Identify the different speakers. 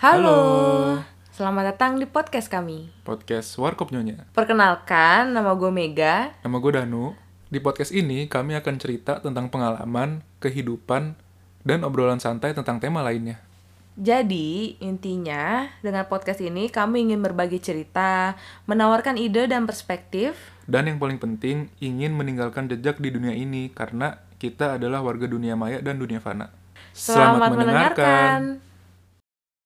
Speaker 1: Halo.
Speaker 2: Selamat datang di podcast kami.
Speaker 1: Podcast Warkop Nyonya.
Speaker 2: Perkenalkan, nama gue Mega.
Speaker 1: Nama gue Danu. Di podcast ini kami akan cerita tentang pengalaman, kehidupan, dan obrolan santai tentang tema lainnya.
Speaker 2: Jadi, intinya dengan podcast ini kami ingin berbagi cerita, menawarkan ide dan perspektif.
Speaker 1: Dan yang paling penting, ingin meninggalkan jejak di dunia ini karena kita adalah warga dunia maya dan dunia fana.
Speaker 2: Selamat, mendengarkan.